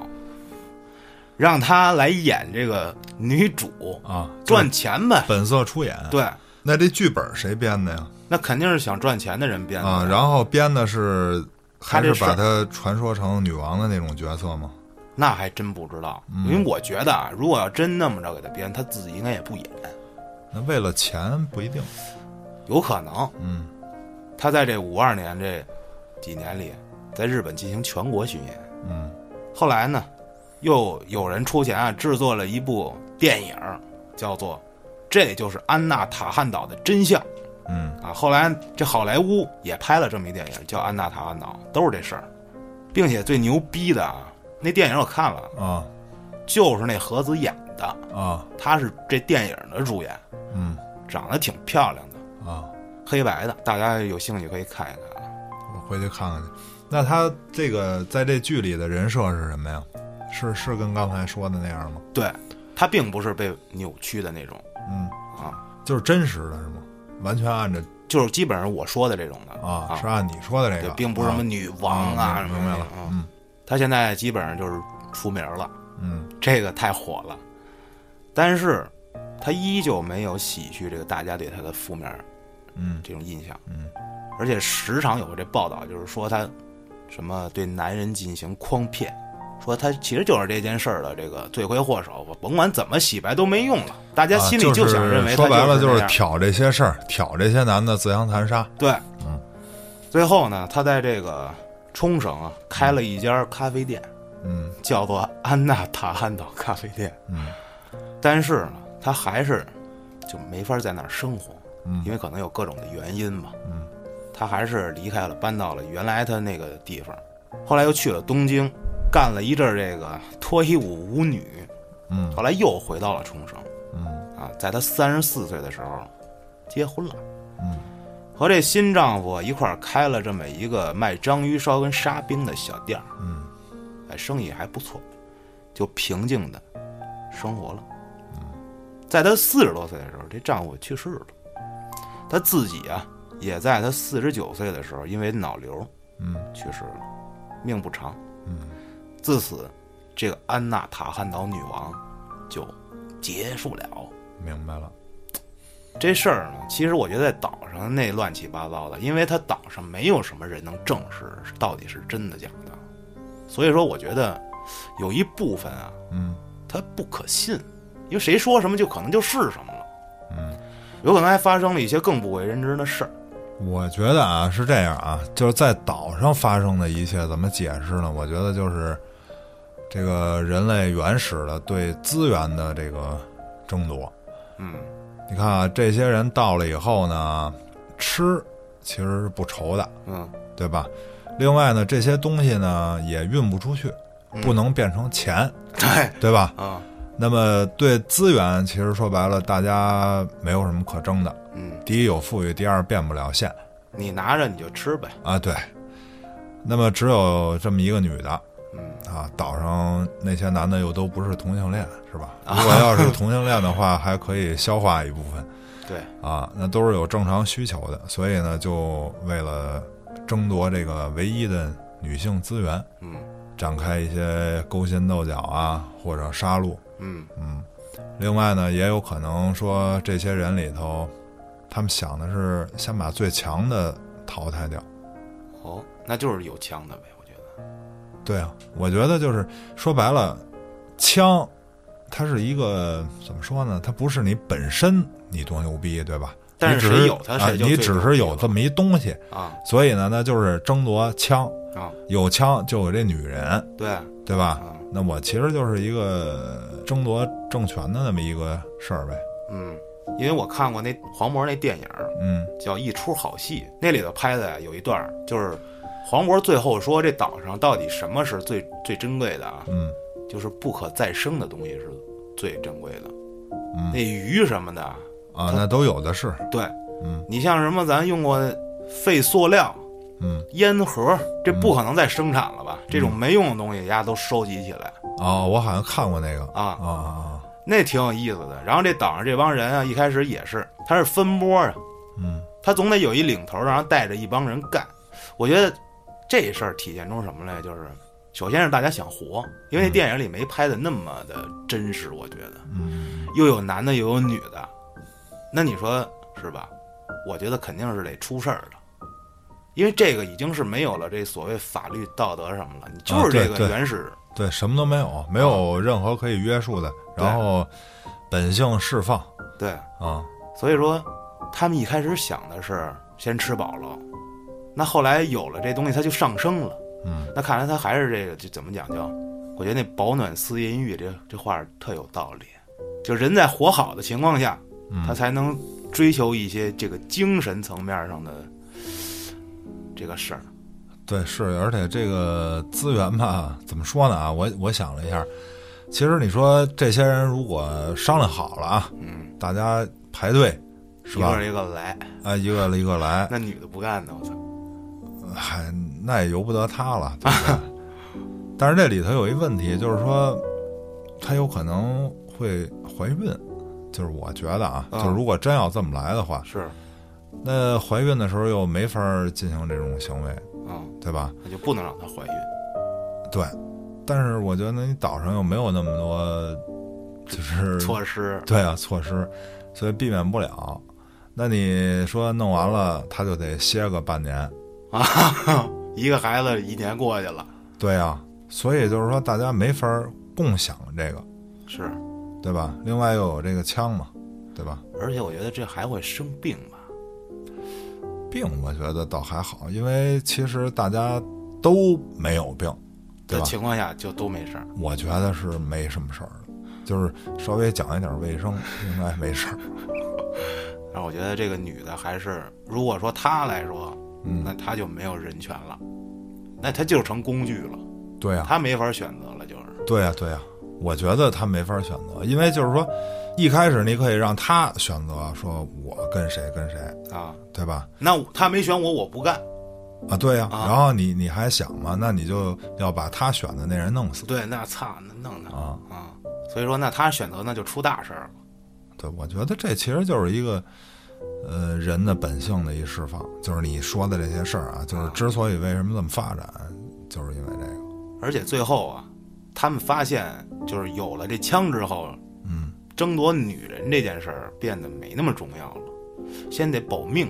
[SPEAKER 2] 让他来演这个女主，
[SPEAKER 1] 啊，
[SPEAKER 2] 赚钱呗。
[SPEAKER 1] 本色出演。，
[SPEAKER 2] 对，
[SPEAKER 1] 那这剧本谁编的呀？
[SPEAKER 2] 那肯定是想赚钱的人编的。
[SPEAKER 1] 啊，然后编的是还是
[SPEAKER 2] 哎他这
[SPEAKER 1] 把她传说成女王的那种角色吗？
[SPEAKER 2] 那还真不知道，
[SPEAKER 1] 嗯
[SPEAKER 2] 因为我觉得啊，如果要真那么着给他编，他自己应该也不演，
[SPEAKER 1] 那为了钱不一定。
[SPEAKER 2] 有可能
[SPEAKER 1] 嗯
[SPEAKER 2] 他在这五二年这几年里，在日本进行全国巡演。
[SPEAKER 1] 嗯
[SPEAKER 2] 后来呢，又有人出钱啊，制作了一部电影，叫做《这就是安娜塔汉岛的真相》
[SPEAKER 1] 嗯
[SPEAKER 2] 啊。后来这好莱坞也拍了这么一电影，叫《安娜塔汉岛》，都是这事儿，并且最牛逼的啊，那电影我看了，
[SPEAKER 1] 啊
[SPEAKER 2] 就是那何子演的，
[SPEAKER 1] 啊
[SPEAKER 2] 她是这电影的主演，
[SPEAKER 1] 嗯
[SPEAKER 2] 长得挺漂亮的，
[SPEAKER 1] 啊，
[SPEAKER 2] 黑白的，大家有兴趣可以看一看啊。
[SPEAKER 1] 我回去看看去。那她这个在这剧里的人设是什么呀？是是跟刚才说的那样吗？
[SPEAKER 2] 对，她并不是被扭曲的那种，
[SPEAKER 1] 嗯
[SPEAKER 2] 啊，
[SPEAKER 1] 就是真实的是吗？完全按着
[SPEAKER 2] 就是基本上我说的这种的
[SPEAKER 1] 啊，是按你说的这
[SPEAKER 2] 对
[SPEAKER 1] 个，，
[SPEAKER 2] 并不是什么
[SPEAKER 1] 啊
[SPEAKER 2] 女王啊，
[SPEAKER 1] 啊
[SPEAKER 2] 什
[SPEAKER 1] 明
[SPEAKER 2] 么
[SPEAKER 1] 明白
[SPEAKER 2] 的
[SPEAKER 1] 了，。嗯
[SPEAKER 2] 他现在基本上就是出名了，
[SPEAKER 1] 嗯
[SPEAKER 2] 这个太火了，但是他依旧没有洗去这个大家对他的负面
[SPEAKER 1] 嗯
[SPEAKER 2] 这种印象，
[SPEAKER 1] 嗯，
[SPEAKER 2] 而且时常有这报道，就是说他什么对男人进行诓骗，说他其实就是这件事儿的这个罪魁祸首，我甭管怎么洗白都没用了，大家
[SPEAKER 1] 啊
[SPEAKER 2] 心里
[SPEAKER 1] 就
[SPEAKER 2] 想
[SPEAKER 1] 是
[SPEAKER 2] 认为他
[SPEAKER 1] 说白了
[SPEAKER 2] 就
[SPEAKER 1] 就是
[SPEAKER 2] 那样
[SPEAKER 1] 挑这些事儿，挑这些男的自相残杀。
[SPEAKER 2] 对，
[SPEAKER 1] 嗯，
[SPEAKER 2] 最后呢，他在这个冲绳啊开了一家咖啡店。
[SPEAKER 1] 嗯
[SPEAKER 2] 叫做安娜塔汉岛咖啡店，
[SPEAKER 1] 嗯
[SPEAKER 2] 但是呢，他还是就没法在那儿生活，
[SPEAKER 1] 嗯
[SPEAKER 2] 因为可能有各种的原因吧。
[SPEAKER 1] 嗯，
[SPEAKER 2] 他还是离开了，搬到了原来他那个地方，后来又去了东京，干了一阵儿这个脱衣舞舞女，
[SPEAKER 1] 嗯
[SPEAKER 2] 后来又回到了冲绳
[SPEAKER 1] 嗯
[SPEAKER 2] 啊，在他三十四岁的时候结婚了。
[SPEAKER 1] 嗯
[SPEAKER 2] 和这新丈夫一块儿开了这么一个卖章鱼烧跟沙冰的小店儿，
[SPEAKER 1] 嗯
[SPEAKER 2] 哎，生意还不错，就平静的生活了。
[SPEAKER 1] 嗯
[SPEAKER 2] 在她四十多岁的时候，这丈夫去世了，她自己啊也在她四十九岁的时候因为脑瘤
[SPEAKER 1] 嗯
[SPEAKER 2] 去世了，命不长。
[SPEAKER 1] 嗯，
[SPEAKER 2] 自此，这个安娜塔汉岛女王就结束了。
[SPEAKER 1] 明白了。
[SPEAKER 2] 这事儿呢，其实我觉得在岛上那乱七八糟的，因为它岛上没有什么人能证实到底是真的假的，所以说我觉得有一部分啊，
[SPEAKER 1] 嗯
[SPEAKER 2] 它不可信，因为谁说什么就可能就是什么了，
[SPEAKER 1] 嗯，
[SPEAKER 2] 有可能还发生了一些更不为人知的事儿。
[SPEAKER 1] 我觉得啊是这样啊，就是在岛上发生的一切怎么解释呢？我觉得就是这个人类原始的对资源的这个争夺。
[SPEAKER 2] 嗯
[SPEAKER 1] 你看啊，这些人到了以后呢，吃其实是不愁的，
[SPEAKER 2] 嗯
[SPEAKER 1] 对吧？另外呢，这些东西呢也运不出去，
[SPEAKER 2] 嗯
[SPEAKER 1] 不能变成钱，
[SPEAKER 2] 对
[SPEAKER 1] 对吧？
[SPEAKER 2] 啊
[SPEAKER 1] 那么对资源，其实说白了，大家没有什么可争的。
[SPEAKER 2] 嗯，
[SPEAKER 1] 第一有富裕，第二变不了现
[SPEAKER 2] 你拿着你就吃呗，
[SPEAKER 1] 啊，对。那么只有这么一个女的，啊，岛上那些男的又都不是同性恋，是吧？如果要是同性恋的话，还可以消化一部分
[SPEAKER 2] 对，
[SPEAKER 1] 啊，那都是有正常需求的。所以呢，就为了争夺这个唯一的女性资源，
[SPEAKER 2] 嗯
[SPEAKER 1] 展开一些勾心斗角啊，或者杀戮。
[SPEAKER 2] 嗯
[SPEAKER 1] 另外呢，也有可能说这些人里头，他们想的是先把最强的淘汰掉。
[SPEAKER 2] 哦，那就是有枪的呗，我觉得
[SPEAKER 1] 对啊，我觉得就是说白了，枪，它是一个怎么说呢？它不是你本身你多牛逼，对吧？
[SPEAKER 2] 但是
[SPEAKER 1] 你只
[SPEAKER 2] 谁有它
[SPEAKER 1] 啊
[SPEAKER 2] 谁就
[SPEAKER 1] 你
[SPEAKER 2] 最
[SPEAKER 1] 只
[SPEAKER 2] 牛
[SPEAKER 1] 是
[SPEAKER 2] 逼
[SPEAKER 1] 有
[SPEAKER 2] 了
[SPEAKER 1] 这么一东西，
[SPEAKER 2] 啊
[SPEAKER 1] 所以呢，那就是争夺枪，
[SPEAKER 2] 啊，
[SPEAKER 1] 有枪就有这女人，
[SPEAKER 2] 对，
[SPEAKER 1] 对吧？
[SPEAKER 2] 嗯
[SPEAKER 1] 那我其实就是一个争夺政权的那么一个事儿呗。
[SPEAKER 2] 嗯，因为我看过那黄渤那电影儿
[SPEAKER 1] 嗯
[SPEAKER 2] 叫《一出好戏》，那里头拍的呀有一段儿就是黄渤最后说这岛上到底什么是最最珍贵的啊？
[SPEAKER 1] 嗯
[SPEAKER 2] 就是不可再生的东西是最珍贵的，
[SPEAKER 1] 嗯
[SPEAKER 2] 那鱼什么的啊，
[SPEAKER 1] 啊，那都有的是。
[SPEAKER 2] 对，
[SPEAKER 1] 嗯，
[SPEAKER 2] 你像什么咱用过废塑料。
[SPEAKER 1] 嗯，
[SPEAKER 2] 烟盒这不可能再生产了吧？这种没用的东西，大家都收集起来
[SPEAKER 1] 哦，我好像看过那个
[SPEAKER 2] 啊。
[SPEAKER 1] 啊啊啊，
[SPEAKER 2] 那挺有意思的。然后这岛上这帮人啊，一开始也是，他是分波啊，
[SPEAKER 1] 嗯
[SPEAKER 2] 他总得有一领头，然后带着一帮人干。我觉得这事儿体现出什么来，就是首先是大家想活，因为那电影里没拍的那么的真实，我觉得
[SPEAKER 1] 嗯
[SPEAKER 2] 又有男的又有女的，那你说是吧？我觉得肯定是得出事儿的。因为这个已经是没有了这所谓法律道德什么了，你就
[SPEAKER 1] 啊
[SPEAKER 2] 是
[SPEAKER 1] 对
[SPEAKER 2] 这个
[SPEAKER 1] 对
[SPEAKER 2] 原始
[SPEAKER 1] 对，什么都没有，没
[SPEAKER 2] 啊
[SPEAKER 1] 有任何可以约束的，然后本性释放
[SPEAKER 2] 对
[SPEAKER 1] 啊，
[SPEAKER 2] 所以说，他们一开始想的是先吃饱了，那后来有了这东西，它就上升了。
[SPEAKER 1] 嗯
[SPEAKER 2] 那看来他还是这个，就怎么讲叫？我觉得那“保暖思淫欲”这这话特有道理。就人在活好的情况下，他
[SPEAKER 1] 嗯
[SPEAKER 2] 才能追求一些这个精神层面上的这个事儿。
[SPEAKER 1] 对，是，而且这个资源吧，怎么说呢啊？我我想了一下，其实你说这些人如果商量好了啊，
[SPEAKER 2] 嗯，
[SPEAKER 1] 大家排队是
[SPEAKER 2] 一
[SPEAKER 1] 吧
[SPEAKER 2] 个？一个来，
[SPEAKER 1] 啊，一个一个来，
[SPEAKER 2] 那女的不干呢，我操！
[SPEAKER 1] 嗨，那也由不得他了，对不对？ 但是这里头有一问题，就是说，她有可能会怀孕，就是我觉得啊，
[SPEAKER 2] 嗯
[SPEAKER 1] 就是如果真要这么来的话，
[SPEAKER 2] 是，
[SPEAKER 1] 那怀孕的时候又没法儿进行这种行为，
[SPEAKER 2] 嗯，
[SPEAKER 1] 对吧？
[SPEAKER 2] 那就不能让她怀孕。
[SPEAKER 1] 对。但是我觉得你岛上又没有那么多，就是
[SPEAKER 2] 措施，
[SPEAKER 1] 对啊措施，所以避免不了。那你说弄完了，他就得歇个半年，
[SPEAKER 2] 一个孩子一年过去了，
[SPEAKER 1] 对啊，所以就是说大家没法儿共享这个，
[SPEAKER 2] 是。
[SPEAKER 1] 对吧？另外又有这个枪嘛，对吧？
[SPEAKER 2] 而且我觉得这还会生病吧？
[SPEAKER 1] 病我觉得倒还好，因为其实大家都没有病，对
[SPEAKER 2] 的
[SPEAKER 1] 吧？
[SPEAKER 2] 情况下就都没事儿。
[SPEAKER 1] 我觉得是没什么事儿的，就是稍微讲一点卫生，应该没事儿。
[SPEAKER 2] 但我觉得这个女的还是，如果说她来说，那
[SPEAKER 1] 嗯，
[SPEAKER 2] 她就没有人权了，那她就成工具了，
[SPEAKER 1] 对啊呀、
[SPEAKER 2] 她没法选择了，就是。
[SPEAKER 1] 对呀、对呀、啊我觉得他没法选择，因为就是说，一开始你可以让他选择，说我跟谁跟谁，
[SPEAKER 2] 啊，
[SPEAKER 1] 对吧？
[SPEAKER 2] 那我她没选我，我不干。
[SPEAKER 1] 啊，对呀、
[SPEAKER 2] 啊
[SPEAKER 1] 然后你你还想嘛？那你就要把他选的那人弄死
[SPEAKER 2] 对，那操，那弄她
[SPEAKER 1] 啊。
[SPEAKER 2] 啊！所以说，那她选择那就出大事儿了。
[SPEAKER 1] 对，我觉得这其实就是一个，呃，人的本性的一释放，就是你说的这些事儿啊，就是之所以为什么这么发展，就是因为这个。
[SPEAKER 2] 而且最后啊，他们发现就是有了这枪之后，
[SPEAKER 1] 嗯，
[SPEAKER 2] 争夺女人这件事儿变得没那么重要了，先得保命。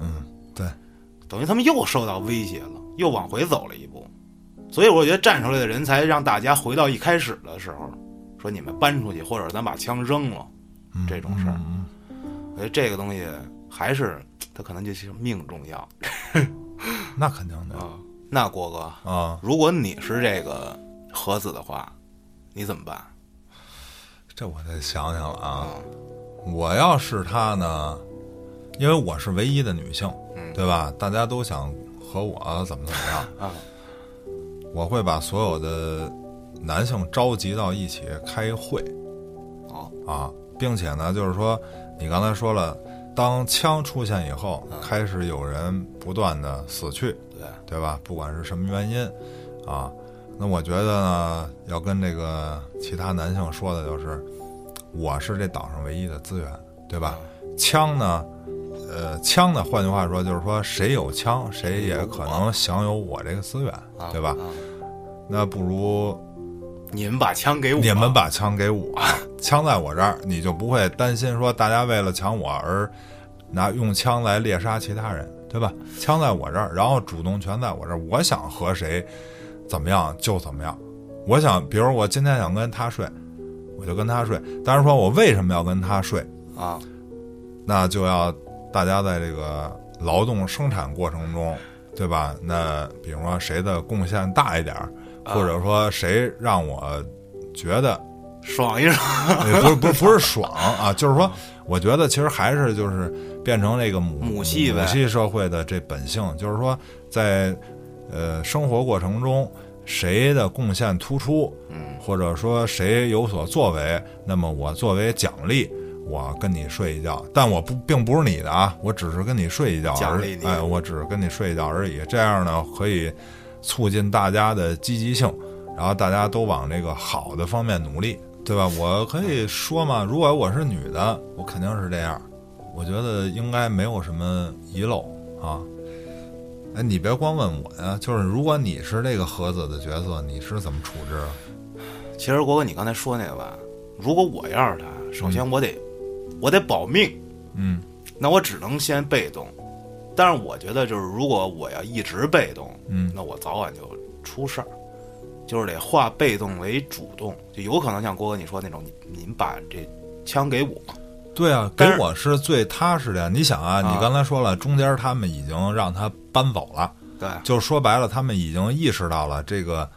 [SPEAKER 1] 嗯，对，
[SPEAKER 2] 等于他们又受到威胁了，又往回走了一步。所以我觉得站出来的人才让大家回到一开始的时候，说你们搬出去，或者咱把枪扔了。
[SPEAKER 1] 嗯、
[SPEAKER 2] 这种事儿
[SPEAKER 1] 嗯
[SPEAKER 2] 我觉得这个东西还是它可能就是命重要
[SPEAKER 1] 嗯那肯定的
[SPEAKER 2] 啊。那郭哥，
[SPEAKER 1] 啊。
[SPEAKER 2] 如果你是这个盒子的话，你怎么办
[SPEAKER 1] 这我得想想了啊。
[SPEAKER 2] 啊？
[SPEAKER 1] 我要是他呢，因为我是唯一的女性，
[SPEAKER 2] 嗯
[SPEAKER 1] 对吧？大家都想和我怎么怎么样，
[SPEAKER 2] 啊
[SPEAKER 1] 我会把所有的男性召集到一起开一会，
[SPEAKER 2] 哦，
[SPEAKER 1] 啊，并且呢，就是说，你刚才说了，当枪出现以后，开始有人不断的死去，
[SPEAKER 2] 嗯对，
[SPEAKER 1] 对吧？不管是什么原因，啊，那我觉得呢，要跟这个其他男性说的就是，我是这岛上唯一的资源，对吧？
[SPEAKER 2] 嗯
[SPEAKER 1] 枪呢，呃，枪呢，换句话说就是说，谁有枪，谁也可能享有我这个资源，
[SPEAKER 2] 啊
[SPEAKER 1] 对吧？
[SPEAKER 2] 啊
[SPEAKER 1] 那不如
[SPEAKER 2] 你们把枪给我，
[SPEAKER 1] 你们把枪给我，枪在我这儿，你就不会担心说大家为了抢我而拿用枪来猎杀其他人，对吧？枪在我这儿，然后主动权在我这儿，我想和谁怎么样就怎么样。我想，比如我今天想跟他睡，我就跟他睡。但是说我为什么要跟他睡，
[SPEAKER 2] 啊，
[SPEAKER 1] 那就要大家在这个劳动生产过程中，对吧？那比如说谁的贡献大一点儿，或者说谁让我觉得
[SPEAKER 2] 爽一 爽，
[SPEAKER 1] 也不是不是不是爽啊，就是说，我觉得其实还是就是变成这个母
[SPEAKER 2] 母系呗
[SPEAKER 1] 母系社会的这本性，就是说在呃生活过程中，谁的贡献突出，嗯，或者说谁有所作为，那么我作为奖励。我跟你睡一觉，但我不并不是你的啊，我只是跟你睡一觉
[SPEAKER 2] 奖
[SPEAKER 1] 而
[SPEAKER 2] 励你
[SPEAKER 1] 哎，我只是跟你睡一觉而已。这样呢，可以促进大家的积极性，然后大家都往这个好的方面努力，对吧？我可以说嘛，如果我是女的，我肯定是这样，我觉得应该没有什么遗漏啊。哎，你别光问我呀，就是如果你是这个盒子的角色，你是怎么处置啊？
[SPEAKER 2] 其实国哥，你刚才说那个吧，如果我要是他，首先我得、我得保命，
[SPEAKER 1] 嗯，
[SPEAKER 2] 那我只能先被动。但是我觉得，就是如果我要一直被动，
[SPEAKER 1] 嗯
[SPEAKER 2] 那我早晚就出事儿，就是得化被动为主动，就有可能像郭哥你说那种，你你们把这枪给我，
[SPEAKER 1] 对啊，给
[SPEAKER 2] 但是
[SPEAKER 1] 我是最踏实的呀。你想啊，
[SPEAKER 2] 啊
[SPEAKER 1] 你刚才说了，中间他们已经让他搬走了。
[SPEAKER 2] 对，
[SPEAKER 1] 就说白了，他们已经意识到了这个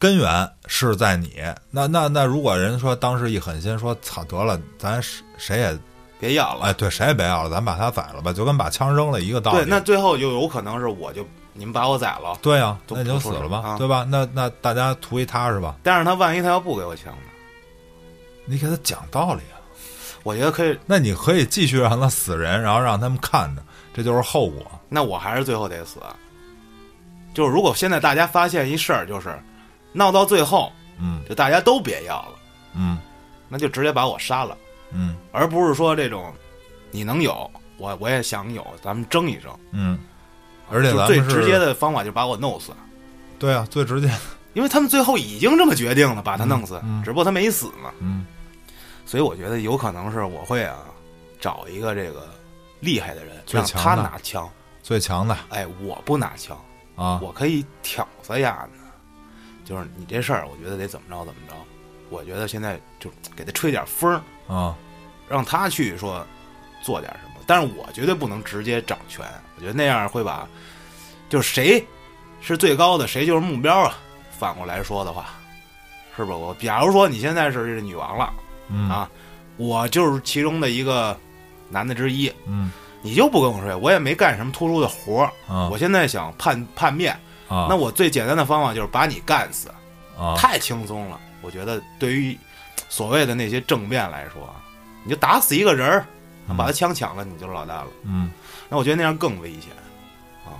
[SPEAKER 1] 根源是在你。那那那，如果人说当时一狠心说操得了，咱谁谁也
[SPEAKER 2] 别要了。
[SPEAKER 1] 哎对谁也别要了，咱把他宰了吧，就跟把枪扔了一个道理。
[SPEAKER 2] 对，那最后就有可能是我就你们把我宰了，
[SPEAKER 1] 对呀、
[SPEAKER 2] 都
[SPEAKER 1] 那你就死了吧，
[SPEAKER 2] 啊
[SPEAKER 1] 对吧？那那大家图一踏实吧，
[SPEAKER 2] 但是他万一他要不给我枪呢？
[SPEAKER 1] 你给他讲道理啊。
[SPEAKER 2] 我觉得可以，
[SPEAKER 1] 那你可以继续让他死人，然后让他们看着，这就是后果。
[SPEAKER 2] 那我还是最后得死。就是如果现在大家发现一事儿，就是闹到最后，
[SPEAKER 1] 嗯
[SPEAKER 2] 就大家都别要了，
[SPEAKER 1] 嗯
[SPEAKER 2] 那就直接把我杀了，
[SPEAKER 1] 嗯
[SPEAKER 2] 而不是说这种你能有，我我也想有，咱们争一争。
[SPEAKER 1] 嗯，而且
[SPEAKER 2] 就
[SPEAKER 1] 咱
[SPEAKER 2] 最
[SPEAKER 1] 们是
[SPEAKER 2] 直接的方法就把我弄死，
[SPEAKER 1] 对啊，最直接。
[SPEAKER 2] 因为他们最后已经这么决定了，把他弄死，
[SPEAKER 1] 嗯嗯
[SPEAKER 2] 只不过他没死嘛。
[SPEAKER 1] 嗯
[SPEAKER 2] 所以我觉得有可能是我会啊，找一个这个厉害的人，
[SPEAKER 1] 最
[SPEAKER 2] 让
[SPEAKER 1] 强
[SPEAKER 2] 他
[SPEAKER 1] 的
[SPEAKER 2] 拿枪，
[SPEAKER 1] 最强的
[SPEAKER 2] 哎，我不拿枪。
[SPEAKER 1] 啊，
[SPEAKER 2] 我可以挑唆呀呢，就是你这事儿，我觉得得怎么着怎么着，我觉得现在就给他吹点风儿，
[SPEAKER 1] 啊
[SPEAKER 2] 让他去说做点什么，但是我绝对不能直接掌权，我觉得那样会把，就是谁是最高的，谁就是目标啊。反过来说的话，是不是？我假如说你现在是女王了
[SPEAKER 1] 嗯
[SPEAKER 2] 啊，我就是其中的一个男的之一，
[SPEAKER 1] 嗯
[SPEAKER 2] 你就不跟我睡，我也没干什么突出的活儿，
[SPEAKER 1] 啊，
[SPEAKER 2] 我现在想叛叛变。
[SPEAKER 1] 啊
[SPEAKER 2] 那我最简单的方法就是把你干死，
[SPEAKER 1] 啊
[SPEAKER 2] 太轻松了。我觉得对于所谓的那些政变来说啊，你就打死一个人儿，
[SPEAKER 1] 嗯
[SPEAKER 2] 把他枪抢了，你就是老大了。
[SPEAKER 1] 嗯
[SPEAKER 2] 那我觉得那样更危险啊！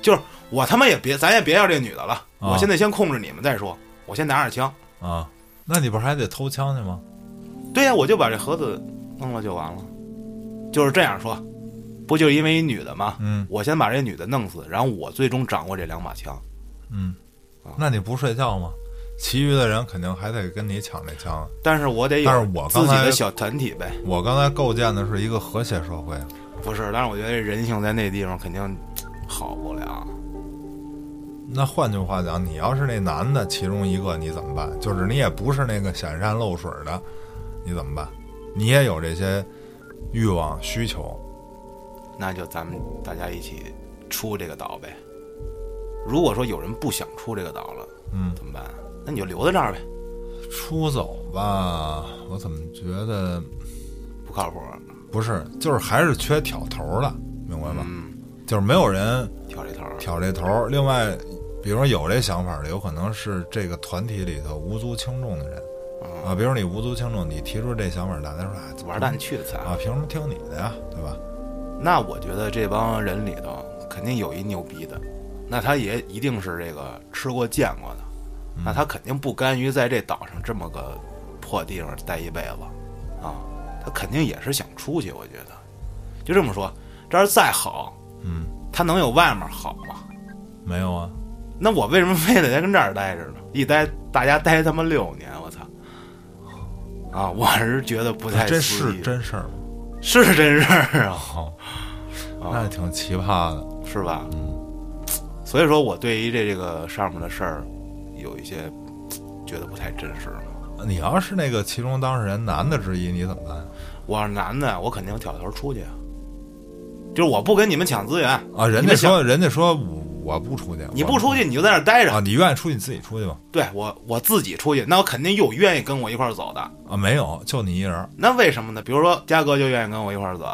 [SPEAKER 2] 就是我他妈也别，咱也别要这女的了，
[SPEAKER 1] 啊
[SPEAKER 2] 我现在先控制你们再说，我先拿着枪。
[SPEAKER 1] 啊，那你不是还得偷枪去吗？
[SPEAKER 2] 对呀、我就把这盒子弄了就完了，就是这样说，不就是因为一女的吗？
[SPEAKER 1] 嗯
[SPEAKER 2] 我先把这女的弄死，然后我最终掌握这两把枪。
[SPEAKER 1] 嗯
[SPEAKER 2] 啊，
[SPEAKER 1] 那你不睡觉吗？其余的人肯定还得跟你抢这枪。
[SPEAKER 2] 但是我得
[SPEAKER 1] 但
[SPEAKER 2] 有
[SPEAKER 1] 是我
[SPEAKER 2] 自
[SPEAKER 1] 刚
[SPEAKER 2] 己
[SPEAKER 1] 才
[SPEAKER 2] 的小团体呗。
[SPEAKER 1] 我刚才构建的是一个和谐社会，
[SPEAKER 2] 不是，但是我觉得人性在那地方肯定好不了。
[SPEAKER 1] 那换句话讲，你要是那男的其中一个，你怎么办？就是你也不是那个显山露水的，你怎么办？你也有这些欲望需求，
[SPEAKER 2] 那就咱们大家一起出这个岛呗。如果说有人不想出这个岛了，
[SPEAKER 1] 嗯，
[SPEAKER 2] 怎么办？那你就留在这儿呗，
[SPEAKER 1] 出走吧，我怎么觉得
[SPEAKER 2] 不靠谱。
[SPEAKER 1] 不是？就是还是缺挑头的，明白吗？
[SPEAKER 2] 嗯，
[SPEAKER 1] 就是没有人
[SPEAKER 2] 挑这头儿。
[SPEAKER 1] 挑这头儿。另外，比如说有这想法的，有可能是这个团体里头无足轻重的人啊。比如你无足轻重，你提出这想法，大家说哎，怎么
[SPEAKER 2] 玩哦蛋去的才、
[SPEAKER 1] 啊，凭什么听你的呀？对吧？
[SPEAKER 2] 那我觉得这帮人里头肯定有一牛逼的，那他也一定是这个吃过见过的，那
[SPEAKER 1] 嗯
[SPEAKER 2] 他肯定不甘于在这岛上这么个破地方待一辈子啊，他肯定也是想出去。我觉得，就这么说，这儿再好，
[SPEAKER 1] 嗯，
[SPEAKER 2] 他能有外面好吗？
[SPEAKER 1] 没有啊，
[SPEAKER 2] 那我为什么非得在跟这儿待着呢？一待大家待他妈六年，我操！啊，我是觉得不太
[SPEAKER 1] 这
[SPEAKER 2] 思
[SPEAKER 1] 是
[SPEAKER 2] 议
[SPEAKER 1] 啊真事儿吗？
[SPEAKER 2] 是真事儿啊，
[SPEAKER 1] 好，
[SPEAKER 2] 啊
[SPEAKER 1] 那挺奇葩的。
[SPEAKER 2] 是吧？所以说我对于这这个上面的事儿，有一些觉得不太真实了。
[SPEAKER 1] 你要是那个其中当事人男的之一，你怎么办
[SPEAKER 2] 我要是男的，我肯定挑头出去啊。就是我不跟你们抢资源
[SPEAKER 1] 啊？人
[SPEAKER 2] 你
[SPEAKER 1] 家
[SPEAKER 2] 们想
[SPEAKER 1] 说，人家说我我不出去，
[SPEAKER 2] 你
[SPEAKER 1] 我
[SPEAKER 2] 不出去你就在那儿待着。
[SPEAKER 1] 啊？你愿意出去你自己出去吧？
[SPEAKER 2] 对我我自己出去，那我肯定有愿意跟我一块儿走的。
[SPEAKER 1] 啊，没有，就你一人儿
[SPEAKER 2] 那为什么呢？比如说嘉哥就愿意跟我一块儿走，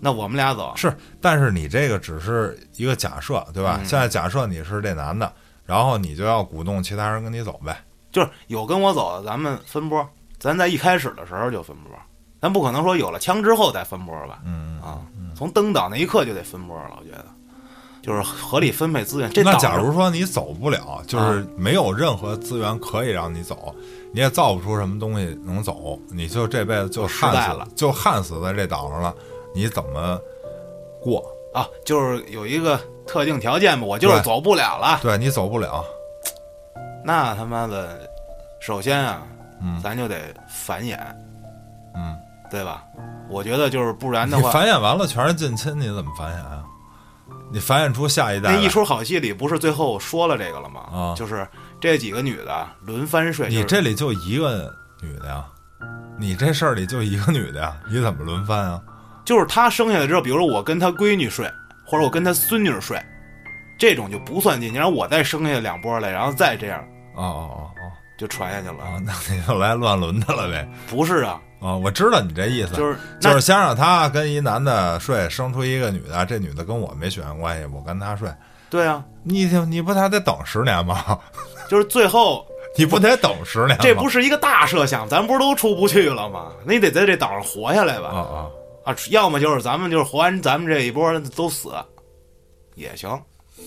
[SPEAKER 2] 那我们俩走，
[SPEAKER 1] 是，但是你这个只是一个假设，对吧？
[SPEAKER 2] 嗯
[SPEAKER 1] 现在假设你是这男的，然后你就要鼓动其他人跟你走呗。
[SPEAKER 2] 就是有跟我走的，咱们分波。咱在一开始的时候就分波，咱不可能说有了枪之后再分波吧？
[SPEAKER 1] 嗯，
[SPEAKER 2] 啊，从登岛那一刻就得分波了，我觉得，就是合理分配资源。这啊
[SPEAKER 1] 那
[SPEAKER 2] 岛
[SPEAKER 1] 假如说你走不了，就是没有任何资源可以让你走，你也造不出什么东西能走，你就这辈子就
[SPEAKER 2] 失败
[SPEAKER 1] 焊死
[SPEAKER 2] 了，
[SPEAKER 1] 就焊死在这岛上了，你怎么过？
[SPEAKER 2] 啊，就是有一个特定条件吧，我就是
[SPEAKER 1] 对
[SPEAKER 2] 走不了了。
[SPEAKER 1] 对你走不了，
[SPEAKER 2] 那他妈的，首先啊，
[SPEAKER 1] 嗯
[SPEAKER 2] 咱就得繁衍，
[SPEAKER 1] 嗯，
[SPEAKER 2] 对吧？我觉得就是不然
[SPEAKER 1] 你
[SPEAKER 2] 的话，
[SPEAKER 1] 繁衍完了全是近亲，你怎么繁衍啊？你繁衍出下一代
[SPEAKER 2] 那
[SPEAKER 1] 来
[SPEAKER 2] 一出好戏里不是最后我说了这个了吗？
[SPEAKER 1] 啊
[SPEAKER 2] 就是这几个女的轮番睡，
[SPEAKER 1] 你
[SPEAKER 2] 就是
[SPEAKER 1] 这里就一个女的呀，你这事儿里就一个女的呀，你怎么轮番啊？
[SPEAKER 2] 就是她生下来之后，比如说我跟她闺女睡，或者我跟她孙女睡，这种就不算进去。然后我再生下两波来，然后再这样
[SPEAKER 1] 哦哦哦哦
[SPEAKER 2] 就传下去了。
[SPEAKER 1] 哦，那你就来乱伦的了呗？
[SPEAKER 2] 不是啊，
[SPEAKER 1] 哦，我知道你这意思，
[SPEAKER 2] 就是
[SPEAKER 1] 就
[SPEAKER 2] 那
[SPEAKER 1] 是先让他跟一男的睡，生出一个女的，这女的跟我没血缘关系，我跟他睡，
[SPEAKER 2] 对啊，
[SPEAKER 1] 你就你不还得等十年吗？
[SPEAKER 2] 就是最后
[SPEAKER 1] 你不得等十年吗？
[SPEAKER 2] 这不是一个大设想，咱不是都出不去了吗？那你得在这岛上活下来吧？
[SPEAKER 1] 啊啊，
[SPEAKER 2] 啊，要么就是咱们就是活完咱们这一波都死，也行，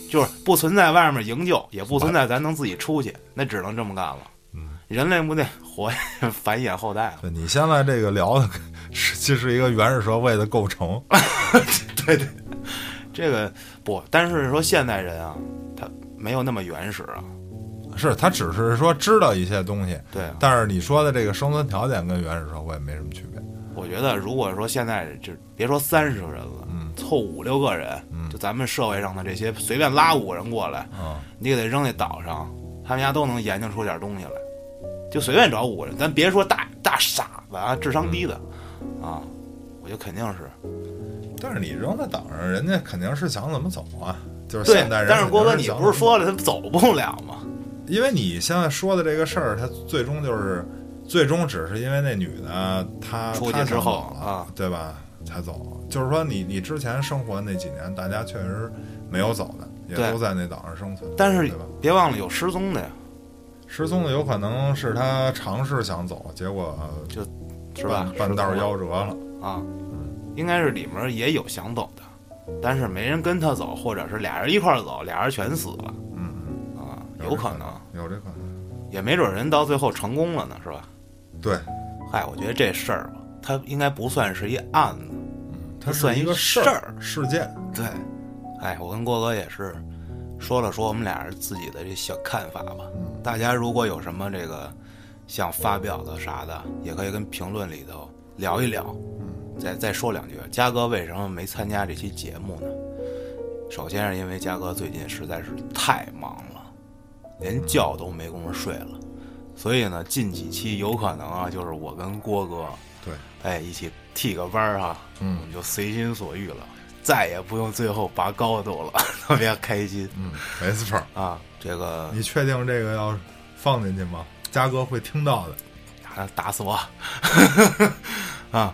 [SPEAKER 2] 就是不存在外面营救，也不存在咱能自己出去，那只能这么干了。
[SPEAKER 1] 嗯，
[SPEAKER 2] 人类不得活繁衍后代吗？
[SPEAKER 1] 对你现在这个聊的是就是一个原始社会的构 成，
[SPEAKER 2] 这个不，但是说现代人啊，他没有那么原始啊，
[SPEAKER 1] 嗯是他只是说知道一些东西，
[SPEAKER 2] 对啊。
[SPEAKER 1] 但是你说的这个生存条件跟原始社会没什么区别。
[SPEAKER 2] 我觉得，如果说现在就别说三十个人了，
[SPEAKER 1] 嗯
[SPEAKER 2] 凑五六个人，就咱们社会上的这些随便拉五个人过来，
[SPEAKER 1] 嗯
[SPEAKER 2] 你给他扔那岛上，他们家都能研究出点东西来，就随便找五个人，咱别说大大傻子啊，智商低的、
[SPEAKER 1] 嗯
[SPEAKER 2] 啊，我觉得肯定是
[SPEAKER 1] 但是你扔在岛上，人家肯定是想怎么走啊，就是
[SPEAKER 2] 对
[SPEAKER 1] 现代。人。
[SPEAKER 2] 但是郭哥，你不是，说了他走不了吗？
[SPEAKER 1] 因为你现在说的这个事儿，它最终就是，最终只是因为那女的她
[SPEAKER 2] 出去
[SPEAKER 1] 她想
[SPEAKER 2] 之后
[SPEAKER 1] 走了
[SPEAKER 2] 啊，
[SPEAKER 1] 对吧？才走，就是说你你之前生活的那几年，大家确实没有走的，也
[SPEAKER 2] 对
[SPEAKER 1] 都在那岛上生存，
[SPEAKER 2] 但是
[SPEAKER 1] 对吧？
[SPEAKER 2] 别忘了有失踪的呀，
[SPEAKER 1] 失踪的有可能是他尝试想走，结果呃
[SPEAKER 2] 是吧？
[SPEAKER 1] 半半道
[SPEAKER 2] 失踪
[SPEAKER 1] 夭折了。
[SPEAKER 2] 啊，应该是里面也有想走的，但是没人跟他走，或者是俩人一块儿走，俩人全死了
[SPEAKER 1] 嗯嗯，
[SPEAKER 2] 啊，
[SPEAKER 1] 这
[SPEAKER 2] 有可能，
[SPEAKER 1] 有这可能。
[SPEAKER 2] 也没准人到最后成功了呢，是吧？
[SPEAKER 1] 对，
[SPEAKER 2] 嗨，我觉得这事儿吧，它应该不算是一案子。
[SPEAKER 1] 它
[SPEAKER 2] 嗯算
[SPEAKER 1] 是
[SPEAKER 2] 一
[SPEAKER 1] 一个
[SPEAKER 2] 事
[SPEAKER 1] 儿
[SPEAKER 2] 儿
[SPEAKER 1] 事件。
[SPEAKER 2] 对，哎，我跟郭哥也是说了说我们俩人自己的这小看法吧。
[SPEAKER 1] 嗯
[SPEAKER 2] 大家如果有什么这个想发表的啥的，也可以跟评论里头聊一聊，
[SPEAKER 1] 嗯
[SPEAKER 2] 再再说两句。嘉哥为什么没参加这期节目呢？首先是因为嘉哥最近实在是太忙了，连觉都没工夫睡了，所以呢，近几期有可能啊，就是我跟郭哥
[SPEAKER 1] 对，
[SPEAKER 2] 哎，一起剃个班儿哈，
[SPEAKER 1] 嗯
[SPEAKER 2] 我们就随心所欲了，再也不用最后拔高度了， 特别开心
[SPEAKER 1] 嗯，没错儿。
[SPEAKER 2] 啊！这个
[SPEAKER 1] 你确定这个要放进去吗？嘉哥会听到的。
[SPEAKER 2] 打打死我 啊！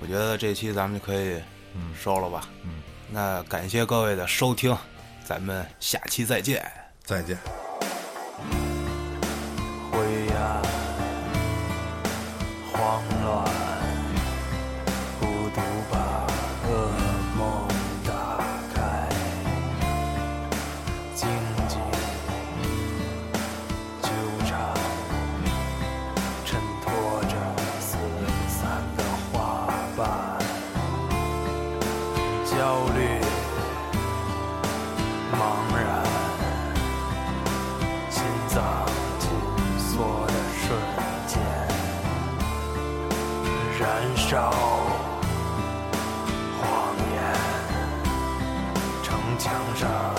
[SPEAKER 2] 我觉得这期咱们就可以
[SPEAKER 1] 嗯
[SPEAKER 2] 收了吧。
[SPEAKER 1] 嗯，
[SPEAKER 2] 那感谢各位的收听，咱们下期再见。
[SPEAKER 1] 再见。
[SPEAKER 3] 灰暗、慌乱、孤独把噩梦打开，静静烧，谎言城墙上。